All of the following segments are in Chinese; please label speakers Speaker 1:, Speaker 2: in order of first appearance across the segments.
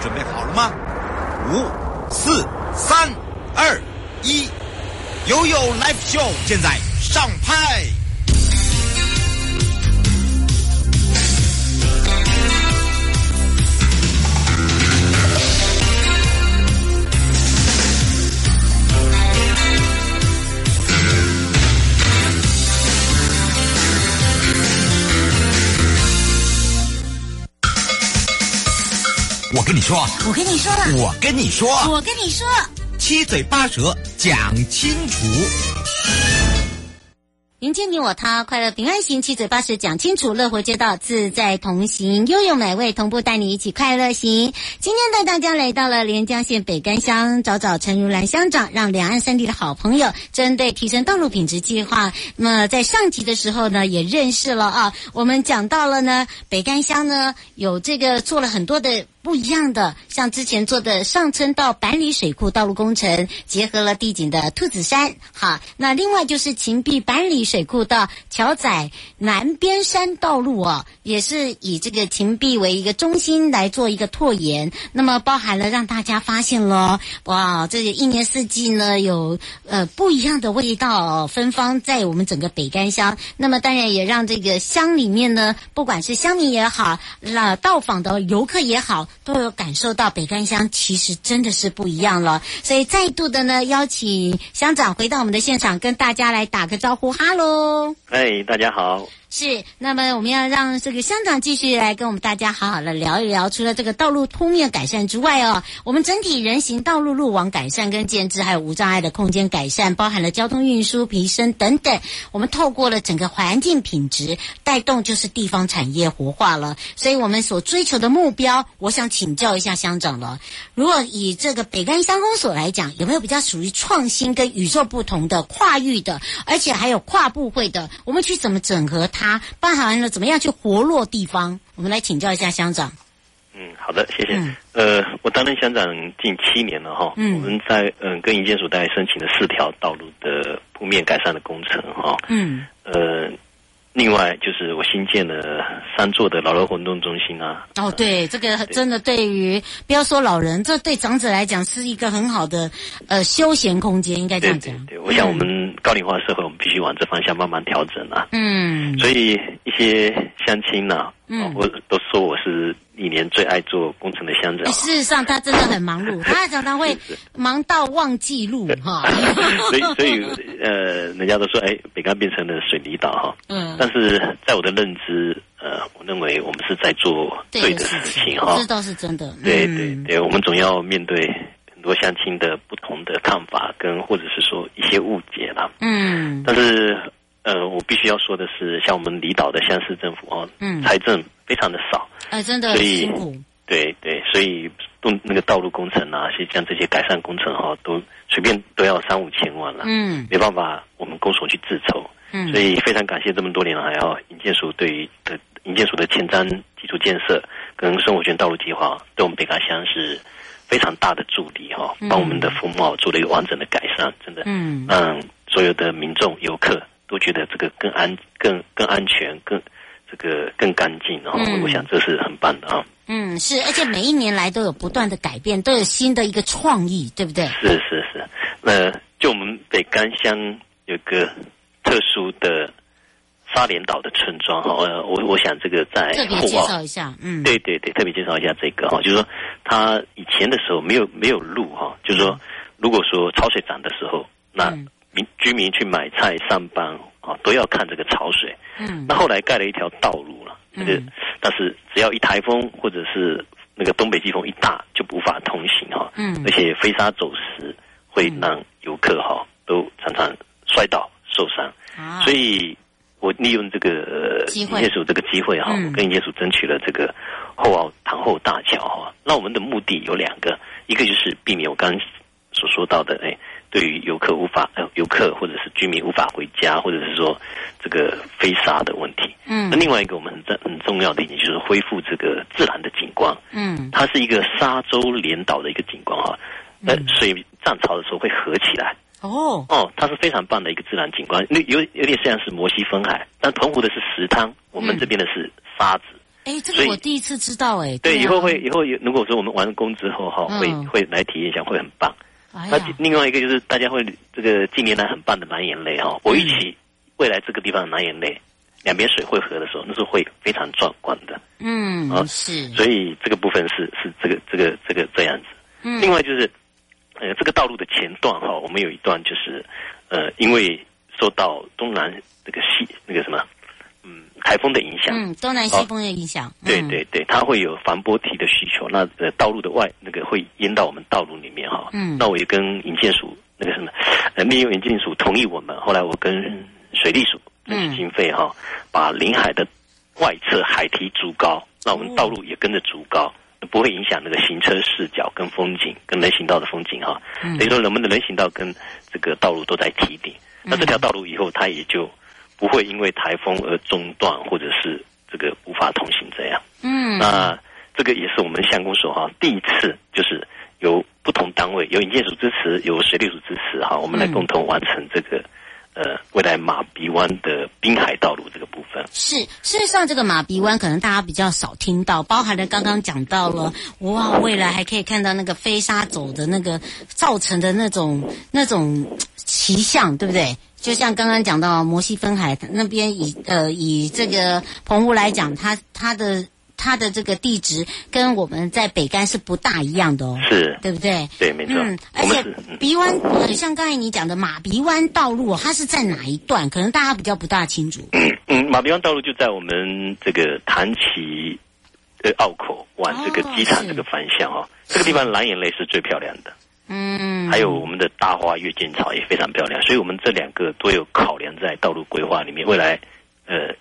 Speaker 1: 准备好了吗？五、四、三、二、一，悠悠 Live Show 现在上拍。我跟你说，
Speaker 2: 我跟你说，
Speaker 1: 我跟你说，
Speaker 2: 我跟你说，
Speaker 1: 七嘴八舌讲清楚。
Speaker 2: 迎接你我他，快乐平安行，七嘴八舌讲清楚，乐活街道自在同行，悠悠美味同步带你一起快乐行。今天带大家来到了连江县北干乡，找找陈如兰乡长，让两岸三地的好朋友针对提升道路品质计划。那么在上集的时候呢，也认识了啊，我们讲到了呢，北干乡呢有这个做了很多的。不一样的，像之前做的上村到板里水库道路工程，结合了地景的兔子山，好，那另外就是秦壁板里水库到桥仔南边山道路哦，也是以这个秦壁为一个中心来做一个拓延，那么包含了让大家发现了，哇，这个一年四季呢有呃不一样的味道、哦、芬芳在我们整个北干乡，那么当然也让这个乡里面呢，不管是乡民也好，那到访的游客也好。都有感受到北干乡其实真的是不一样了，所以再度的呢邀请乡长回到我们的现场，跟大家来打个招呼，哈喽。
Speaker 3: 哎，大家好。
Speaker 2: 是，那么我们要让这个乡长继续来跟我们大家好好的聊一聊。除了这个道路通面改善之外哦，我们整体人行道路路网改善跟建制，还有无障碍的空间改善，包含了交通运输提升等等。我们透过了整个环境品质，带动就是地方产业活化了。所以我们所追求的目标，我想请教一下乡长了。如果以这个北干乡公所来讲，有没有比较属于创新跟宇宙不同的跨域的，而且还有跨部会的，我们去怎么整合它？它包含了怎么样去活络地方？我们来请教一下乡长。
Speaker 3: 嗯，好的，谢谢。嗯、呃，我担任乡长近七年了哈。嗯。我们在嗯、呃、跟营建署大概申请了四条道路的铺面改善的工程哈。嗯。呃，另外就是我新建了三座的老人活动中心啊。
Speaker 2: 哦，对，这个真的对于不要说老人，这对长者来讲是一个很好的呃休闲空间，应该这样讲。
Speaker 3: 对,对,对，我想我们高龄化社会，我们必须往这方向慢慢调整啊。嗯。所以。一些乡亲呐、啊，嗯，我都说我是历年最爱做工程的乡长。
Speaker 2: 哎事实上，他真的很忙 碌，他常常会忙到忘记路哈。
Speaker 3: 所以，所以呃，人家都说，哎，北干变成了水泥岛哈。嗯。但是在我的认知，呃，我认为我们是在做对的事情哈。
Speaker 2: 这倒是真的。嗯
Speaker 3: 对对对，我们总要面对很多乡亲的不同的看法，跟或者是说一些误解啦。嗯。但是。呃，我必须要说的是，像我们离岛的乡市政府哦，嗯，财政非常的少，
Speaker 2: 哎、呃，真的，
Speaker 3: 所以对对，所以动那个道路工程啊，实际上这些改善工程哈、哦，都随便都要三五千万了，嗯，没办法，我们公所去自筹，嗯，所以非常感谢这么多年来哦，营建署对于的营建署的前瞻基础建设跟生活圈道路计划，对我们北港乡是非常大的助力哈、哦，帮我们的风貌做了一个完整的改善，真的，嗯，让所有的民众游客。都觉得这个更安、更更安全、更这个更干净，然后、嗯、我想这是很棒的啊。
Speaker 2: 嗯，是，而且每一年来都有不断的改变，都有新的一个创意，对不对？
Speaker 3: 是是是，那就我们北干乡有个特殊的沙连岛的村庄哈，呃我我想这个在
Speaker 2: 特别介绍一下，嗯，
Speaker 3: 哎对对对，特别介绍一下这个哈，就是说它以前的时候没有没有路哈，就是
Speaker 2: 嗯
Speaker 3: 说如果说潮水涨的时候，那。嗯民居民去买菜、上班啊，都要看这个潮水。嗯，那后来盖了一条道路了，那个、嗯、但是只要一台风或者是那个东北季风一大，就无法通行哈。
Speaker 2: 嗯
Speaker 3: 而且飞沙走石会让游客哈、都常常摔倒受伤，
Speaker 2: 啊
Speaker 3: 所以我利用这个呃
Speaker 2: 机
Speaker 3: 营
Speaker 2: 会
Speaker 3: 业署这个机会哈、
Speaker 2: 嗯
Speaker 3: 我跟营业署争取了这个后澳塘后大桥哈、那我们的目的有两个，一个就是避免我刚刚所说到的，哎，对于游客无法呃游客或者是居民无法回家，或者是说这个飞沙的问题。
Speaker 2: 嗯
Speaker 3: 那另外一个我们很重很重要的一点就是恢复这个自然的景观，
Speaker 2: 嗯
Speaker 3: 它是一个沙洲连岛的一个景观哈、那水涨潮的时候会合起来，
Speaker 2: 哦
Speaker 3: 哦，它是非常棒的一个自然景观，那有有点像是摩西分海，但澎湖的是石滩，我们这边的是沙子。
Speaker 2: 哎，这
Speaker 3: 所
Speaker 2: 个
Speaker 3: 以
Speaker 2: 我第一次知道哎，
Speaker 3: 对，
Speaker 2: 啊
Speaker 3: 以后会以后有如果说我们完工之后哈、会、
Speaker 2: 嗯
Speaker 3: 会来体验一下，会很棒。
Speaker 2: 哎
Speaker 3: 那
Speaker 2: 呀
Speaker 3: 另外一个就是大家会这个近年来很棒的蓝眼泪
Speaker 2: 嗯
Speaker 3: 哈、我预期未来这个地方的蓝眼泪两边水汇合的时候，那是会非常壮观的。
Speaker 2: 嗯是
Speaker 3: 啊所以这个部分是是这个这个这个这样子。
Speaker 2: 嗯
Speaker 3: 另外就是，呃，这个道路的前段哈、我们有一段就是，呃，因为受到东南那个西那个什么，嗯，台风的影响，
Speaker 2: 嗯东南西风的影响，
Speaker 3: 对
Speaker 2: 嗯
Speaker 3: 对对，它会有防波堤的需求，那呃道路的外那个会淹到我们道路里面哈、
Speaker 2: 嗯
Speaker 3: 那我也跟营建署那个什么，呃，利用营建署同意我们，后来我跟水利署争取经费哈、把临海的外侧海堤筑高，那我们道路也跟着筑高。不会影响那个行车视角、跟风景、跟人行道的风景哈、
Speaker 2: 嗯
Speaker 3: 等于说，我们的人行道跟这个道路都在提顶。那这条道路以后，它也就不会因为台风而中断，或者是这个无法通行这样。
Speaker 2: 嗯
Speaker 3: 那这个也是我们乡公所哈、第一次就是由不同单位，由营建署支持，由水利署支持哈、我们来
Speaker 2: 嗯
Speaker 3: 共同完成这个、呃未来马鼻湾的滨海道路这个部分。
Speaker 2: 是，事实上，这个马鼻湾可能大家比较少听到，包含了刚刚讲到了，哇，未来还可以看到那个飞沙走的那个造成的那种那种嘖奇象，对不对？就像刚刚讲到摩西分海那边以，呃以这个澎湖来讲，它它的它的这个地质跟我们在北干是不大一样的哦，
Speaker 3: 是，
Speaker 2: 对不对？
Speaker 3: 对，没错，
Speaker 2: 嗯，
Speaker 3: 我
Speaker 2: 而
Speaker 3: 们
Speaker 2: 且
Speaker 3: 是嗯
Speaker 2: 鼻湾呃，像刚才你讲的马鼻湾道路，它是在哪一段？可能大家比较不大清楚。
Speaker 3: 嗯，马鼻湾道路就在我们这个潭崎。呃，澳口往这个
Speaker 2: 哦
Speaker 3: 机场
Speaker 2: 是
Speaker 3: 这个方向哦，这个地方蓝眼泪是最漂亮的。
Speaker 2: 嗯，
Speaker 3: 还有我们的大花月见草也非常漂亮，所以我们这两个都有考量在道路规划里面。未来，呃，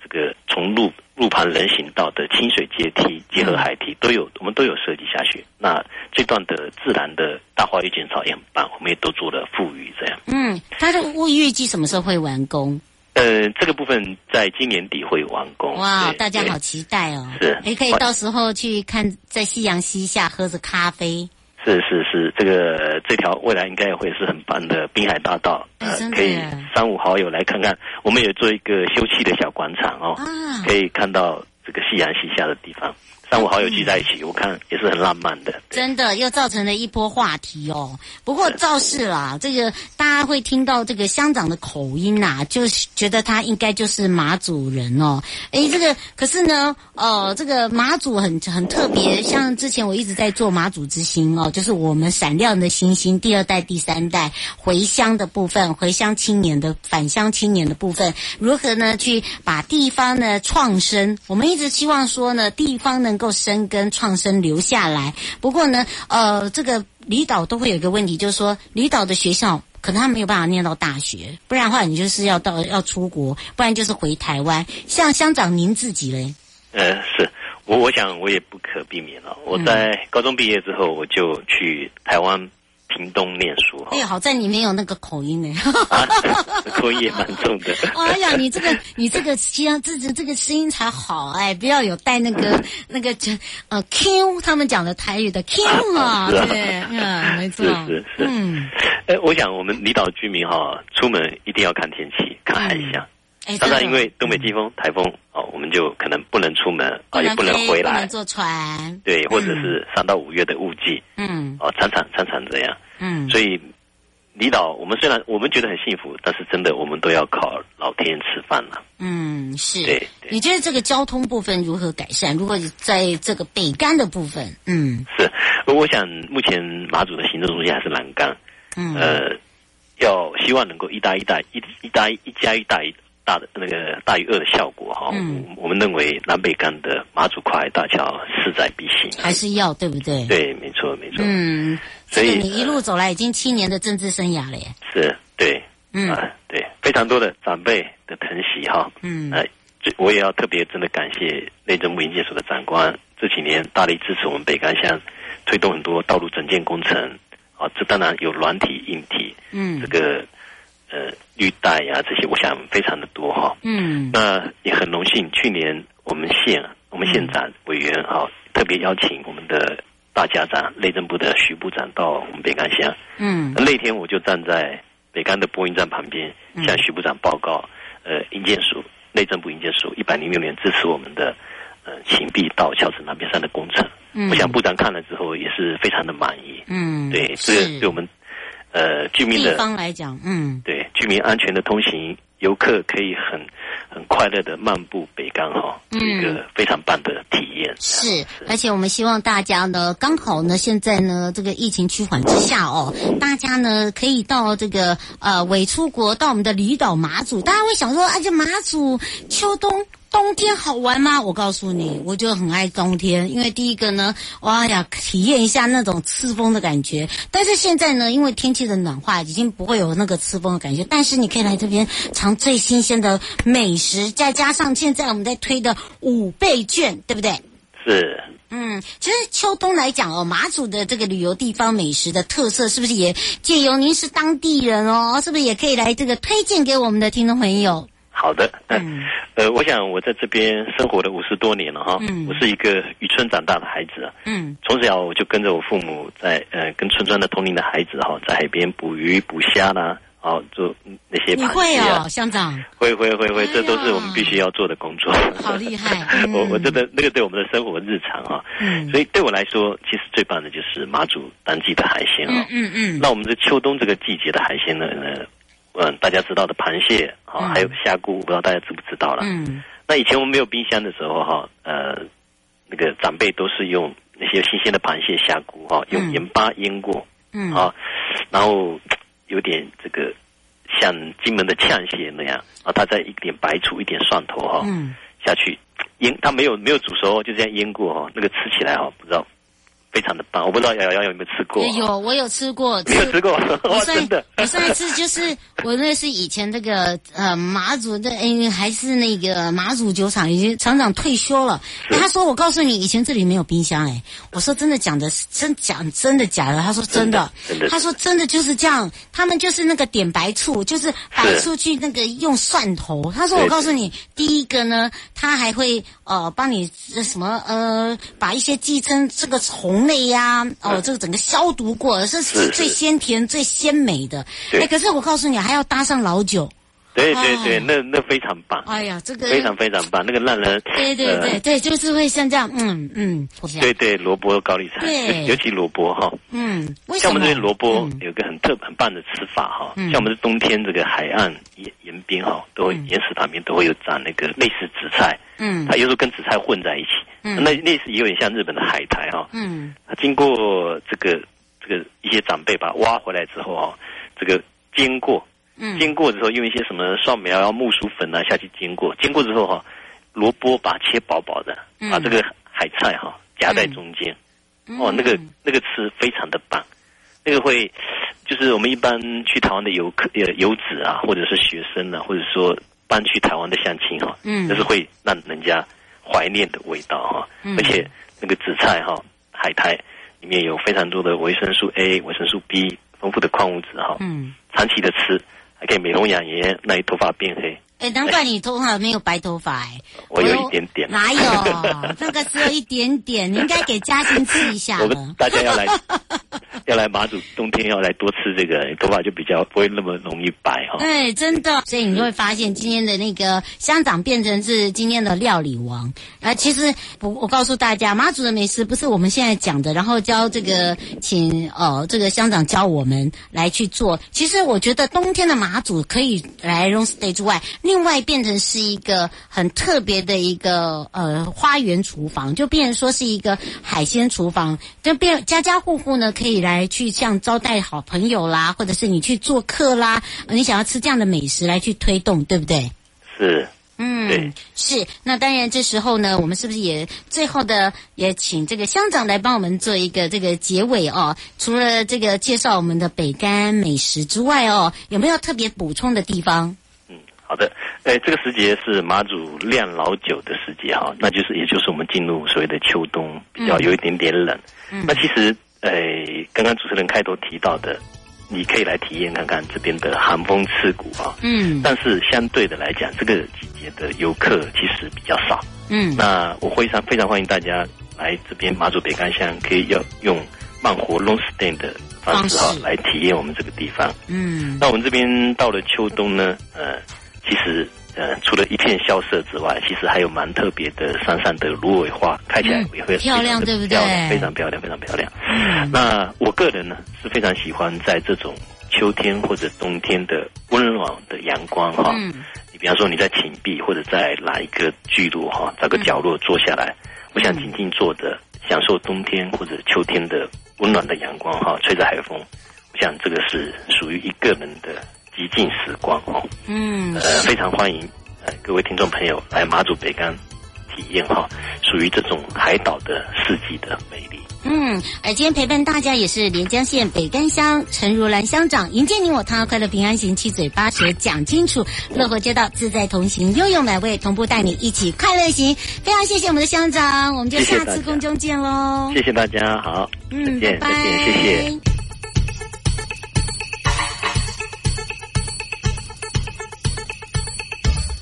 Speaker 3: 这个从路路旁人行道的清水阶梯结合海堤都有，我们都有设计下去。那这段的自然的大花月见草也很棒，我们也都做了富裕这样。
Speaker 2: 嗯，它的我预计什么时候会完工？
Speaker 3: 呃，这个部分在今年底会完工。
Speaker 2: 哇，
Speaker 3: 对
Speaker 2: 大家
Speaker 3: 对
Speaker 2: 好期待哦！
Speaker 3: 是
Speaker 2: 也可以
Speaker 3: 欢
Speaker 2: 到时候去看，在夕阳西下喝着咖啡，
Speaker 3: 是是是，这个这条未来应该也会是很棒的滨海大道，
Speaker 2: 哎
Speaker 3: 呃
Speaker 2: 真，的
Speaker 3: 可以
Speaker 2: 耶
Speaker 3: 三五好友来看看。我们也做一个休憩的小广场哦，
Speaker 2: 啊
Speaker 3: 可以看到这个夕阳西下的地方，三五好友聚在一起，我看也是很浪漫的。对
Speaker 2: 嗯真的又造成了一波话题哦。不过造势啦，这个大家会听到这个乡长的口音呐、就是觉得他应该就是马祖人哦。诶，这个可是呢，呃，这个马祖很很特别，像之前我一直在做马祖之星哦，就是我们闪亮的星星第二代、第三代回乡的部分，回乡青年的返乡青年的部分，如何呢去把地方呢创生？我们一直希望说呢，地方能够生根创生留下来。不过呢，呃，这个离岛都会有一个问题，就是说离岛的学校。可能他没有办法念到大学，不然的话，你就是要到要出国，不然就是回台湾。像乡长您自己嘞，
Speaker 3: 呃，是我我想我也不可避免了、我在
Speaker 2: 嗯
Speaker 3: 高中毕业之后，我就去台湾屏东念书哈
Speaker 2: 哎、呀，好在你没有那个口音呢。
Speaker 3: 啊， 口音也蛮重的。
Speaker 2: 哎呀，你这个 你这个声，这这这个声音才好哎，不要有带那个 那个呃 Q，他们讲的台语的 Q 啊，
Speaker 3: 是啊
Speaker 2: 对，嗯，没错，
Speaker 3: 是是是
Speaker 2: 嗯，
Speaker 3: 哎、我想我们离岛居民哈、出门一定要看天气，看海象。
Speaker 2: 哎，
Speaker 3: 常
Speaker 2: 真的
Speaker 3: 常因为东北季风、台风哦，我们就可能不能出门
Speaker 2: 不
Speaker 3: 啊，也
Speaker 2: 能
Speaker 3: 不能
Speaker 2: 飞
Speaker 3: 回
Speaker 2: 嗯不
Speaker 3: 来
Speaker 2: 能，坐嗯船，
Speaker 3: 对，或者是三到五月的雾季
Speaker 2: 嗯
Speaker 3: 哦，常常常常这样。
Speaker 2: 嗯，
Speaker 3: 所以离岛，我们虽然我们觉得很幸福，但是真的我们都要靠老天吃饭了。
Speaker 2: 嗯是
Speaker 3: 对对
Speaker 2: 你觉得这个交通部分如何改善？如果你在这个北干的部分，嗯
Speaker 3: 是，我想目前马祖的行政中心还是呃栏杆，
Speaker 2: 嗯
Speaker 3: 呃，要希望能够一搭一带一一搭一一加一带一大的那个大于二的效果哈、
Speaker 2: 嗯
Speaker 3: 我我们认为南北干的马祖跨海大桥势在必行。啊
Speaker 2: 还是要对不对？
Speaker 3: 对，没错，没错，
Speaker 2: 嗯，
Speaker 3: 所以
Speaker 2: 这个你一路走来已经七年的政治生涯了耶。
Speaker 3: 是，对，
Speaker 2: 嗯
Speaker 3: 啊，对，非常多的长辈的疼惜哈，
Speaker 2: 嗯
Speaker 3: 呃，最我也要特别真的感谢内政部营建署的长官，这几年大力支持我们北干乡推动很多道路整建工程，啊，这当然有软体、硬体，
Speaker 2: 嗯
Speaker 3: 这个呃绿带呀、这些，我想非常的多哈、
Speaker 2: 嗯
Speaker 3: 那也很荣幸，去年我们县我们县长委员啊、特别邀请我们的大家长内政部的徐部长到我们北干乡。
Speaker 2: 嗯
Speaker 3: 那天我就站在北干的播音站旁边，
Speaker 2: 嗯
Speaker 3: 向徐部长报告，呃，营建署内政部营建署一百零六年支持我们的呃秦壁到孝子南边山的工程。
Speaker 2: 嗯
Speaker 3: 我想部长看了之后也是非常的满意。
Speaker 2: 嗯，
Speaker 3: 对，这
Speaker 2: 是
Speaker 3: 个对我们呃居民
Speaker 2: 地
Speaker 3: 的
Speaker 2: 方来讲，嗯
Speaker 3: 对居民安全的通行，游客可以很很快乐的漫步北干哈、是一个非常棒的体验。
Speaker 2: 嗯是，而且我们希望大家呢，刚好呢，现在呢，这个疫情趋缓之下哦，大家呢可以到这个呃伪出国，到我们的离岛马祖。大家会想说，啊，这马祖秋冬。冬天好玩吗？我告诉你，我就很爱冬天，因为第一个呢，哇呀，体验一下那种刺风的感觉。但是现在呢，因为天气的暖化，已经不会有那个刺风的感觉。但是你可以来这边尝最新鲜的美食，再加上现在我们在推的五倍券，对不对？
Speaker 3: 是，
Speaker 2: 嗯，其实秋冬来讲哦，马祖的这个旅游地方美食的特色，是不是也借由您是当地人哦，是不是也可以来这个推荐给我们的听众朋友？
Speaker 3: 好的，嗯， 呃，我想我在这边生活了五十多年了哈，
Speaker 2: 嗯
Speaker 3: 我是一个渔村长大的孩子，啊
Speaker 2: 嗯
Speaker 3: 从小我就跟着我父母在呃跟村庄的同龄的孩子哈、在海边捕鱼、捕虾啦，哦，做那些
Speaker 2: 你
Speaker 3: 螃
Speaker 2: 会
Speaker 3: 蟹啊
Speaker 2: 哦，，乡长，
Speaker 3: 会会会会
Speaker 2: 哎，呀
Speaker 3: 这都是我们必须要做的工作。
Speaker 2: 好厉害嗯
Speaker 3: 我我真的那个对我们的生活日常啊，
Speaker 2: 嗯
Speaker 3: 所以对我来说，其实最棒的就是马祖当季的海鲜啊、
Speaker 2: 嗯嗯嗯，
Speaker 3: 那我们的秋冬这个季节的海鲜呢，呃嗯，大家知道的螃蟹啊、
Speaker 2: 嗯
Speaker 3: 还有虾菇，我不知道大家知不知道了。
Speaker 2: 嗯
Speaker 3: 那以前我们没有冰箱的时候哈，呃，那个长辈都是用那些新鲜的螃蟹、虾菇哈，用
Speaker 2: 嗯
Speaker 3: 盐巴腌过
Speaker 2: 嗯，
Speaker 3: 啊，然后有点这个像金门的呛蟹那样啊，它再一点白醋、一点蒜头哈
Speaker 2: 嗯
Speaker 3: 下去腌，它没有没有煮熟，就这样腌过哈，那个吃起来哈，不知道非常的棒，我不知道瑶瑶瑶有没有吃过？
Speaker 2: 有哎我有吃过，
Speaker 3: 没有吃过， 哇，
Speaker 2: 我上
Speaker 3: 真的。
Speaker 2: 我上一次就是我那是以前那个呃马祖的，哎还是那个马祖酒厂已经厂长退休了。哎他说我告诉你，以前这里没有冰箱哎、我说真的讲的是真讲真的假的？他说真的，
Speaker 3: 真的真的
Speaker 2: 他说真的就是这样，他们就是那个点白醋，就是白
Speaker 3: 是
Speaker 2: 醋去那个用蒜头。他说我
Speaker 3: 对
Speaker 2: 告诉你，第一个呢，他还会呃帮你这什么呃把一些寄生这个虫类呀、哦这个整个消毒过，这
Speaker 3: 嗯是
Speaker 2: 是
Speaker 3: 是
Speaker 2: 最鲜甜、最鲜美的。
Speaker 3: 对
Speaker 2: 哎，可是我告诉你，还要搭上老酒。
Speaker 3: 对对对，
Speaker 2: 哎
Speaker 3: 那那非常棒，
Speaker 2: 哎呀，这个
Speaker 3: 非常非常棒，那个让人
Speaker 2: 对对
Speaker 3: 呃
Speaker 2: 对对，就是会像这样，嗯嗯，我想
Speaker 3: 对对，萝卜高丽菜，
Speaker 2: 对
Speaker 3: 尤尤其萝卜哈。
Speaker 2: 嗯，为
Speaker 3: 像
Speaker 2: 什
Speaker 3: 我
Speaker 2: 么嗯
Speaker 3: 们这边萝卜有一个很特很棒的吃法哈，像我们是冬天这个海岸沿沿边哈，都会岩石旁边都会有长那个类似紫菜，
Speaker 2: 嗯
Speaker 3: 它有时候跟紫菜混在一起，那类似也有点像日本的海苔哈。
Speaker 2: 嗯
Speaker 3: 它经过这个这个一些长辈把它挖回来之后哈，这个煎过，
Speaker 2: 嗯
Speaker 3: 煎过之后用一些什么蒜苗啊、木薯粉啊下去煎过，煎过之后哈、萝卜把它切薄薄的，
Speaker 2: 嗯
Speaker 3: 把这个海菜哈、夹在中间，哦，那个那个吃非常的棒，那个会就是我们一般去台湾的游客呃游子啊，或者是学生啊，或者说搬去台湾的相亲哈、
Speaker 2: 嗯
Speaker 3: 那是会让人家怀念的味道哈、
Speaker 2: 嗯
Speaker 3: 而且那个紫菜哈、海苔里面有非常多的维生素 A、维生素 B，丰富的矿物质哈、
Speaker 2: 嗯，
Speaker 3: 长期的吃，还可以美容养颜，让你头发变黑。
Speaker 2: 哎，难怪你头发没有白头发哎，
Speaker 3: 我有一点点
Speaker 2: 哪有？那个只有一点点，你应该给嘉欣吃一下
Speaker 3: 我
Speaker 2: 了
Speaker 3: 们。大家 要来，要来马祖，冬天要来多吃这个，头发就比较不会那么容易白哈、
Speaker 2: 哎，真的，所以你就会发现今天的那个乡长变成是今天的料理王。啊，其实我我告诉大家，妈祖的美食不是我们现在讲的，然后教这个请呃这个乡长教我们来去做。其实我觉得冬天的马祖可以来 Long Stay 之外，另外变成是一个很特别的一个呃花园厨房，就变成说是一个海鲜厨房，就变家家户户呢可以来去像招待好朋友啦，或者是你去做客啦，呃你想要吃这样的美食来去推动，对不对？
Speaker 3: 是，
Speaker 2: 嗯
Speaker 3: 对，
Speaker 2: 是。那当然，这时候呢，我们是不是也最后的也请这个乡长来帮我们做一个这个结尾哦？除了这个介绍我们的北干美食之外哦，有没有特别补充的地方？
Speaker 3: 嗯，好的，呃，这个时节是马祖酿老酒的时节哈，那就是也就是我们进入所谓的秋冬，比
Speaker 2: 嗯
Speaker 3: 较有一点点冷。那其实，呃，刚刚主持人开头提到的，你可以来体验看看这边的寒风刺骨啊。
Speaker 2: 嗯
Speaker 3: 但是相对的来讲，这个季节的游客其实比较少。
Speaker 2: 嗯
Speaker 3: 那我非常非常欢迎大家来这边马祖北干乡，可以要用慢活 long stay 的方式哈
Speaker 2: 方式
Speaker 3: 来体验我们这个地方。
Speaker 2: 嗯
Speaker 3: 那我们这边到了秋冬呢，呃，其实呃，除了一片萧瑟之外，其实还有蛮特别的山上的芦苇花，看起来
Speaker 2: 嗯
Speaker 3: 也会
Speaker 2: 漂亮
Speaker 3: 非常地
Speaker 2: 对不嗯对
Speaker 3: 漂亮，非常漂亮，非常漂亮。那我个人呢是非常喜欢在这种秋天或者冬天的温暖的阳光哈、
Speaker 2: 嗯
Speaker 3: 你比方说你在寝壁或者在哪一个聚落哈，找个角落坐下来，
Speaker 2: 嗯
Speaker 3: 我想静静坐着，享受冬天或者秋天的温暖的阳光哈，吹着海风，我想这个是属于一个人的极尽时光哦。
Speaker 2: 嗯，
Speaker 3: 呃，非常欢迎呃各位听众朋友来马祖北干体验哈，属于这种海岛的四季的美丽。
Speaker 2: 嗯，而今天陪伴大家也是连江县北干乡陈如兰乡长，迎接你我他，快乐平安行，七嘴八舌讲清楚，乐活街道自在同行，悠悠美味同步带你一起快乐行。非常谢谢我们的乡长，我们就
Speaker 3: 谢谢
Speaker 2: 下
Speaker 3: 大
Speaker 2: 次
Speaker 3: 家
Speaker 2: 空中见喽。
Speaker 3: 谢谢大家，好，再
Speaker 2: 哦嗯，
Speaker 3: 见，
Speaker 2: 拜拜
Speaker 3: 再见，谢谢。。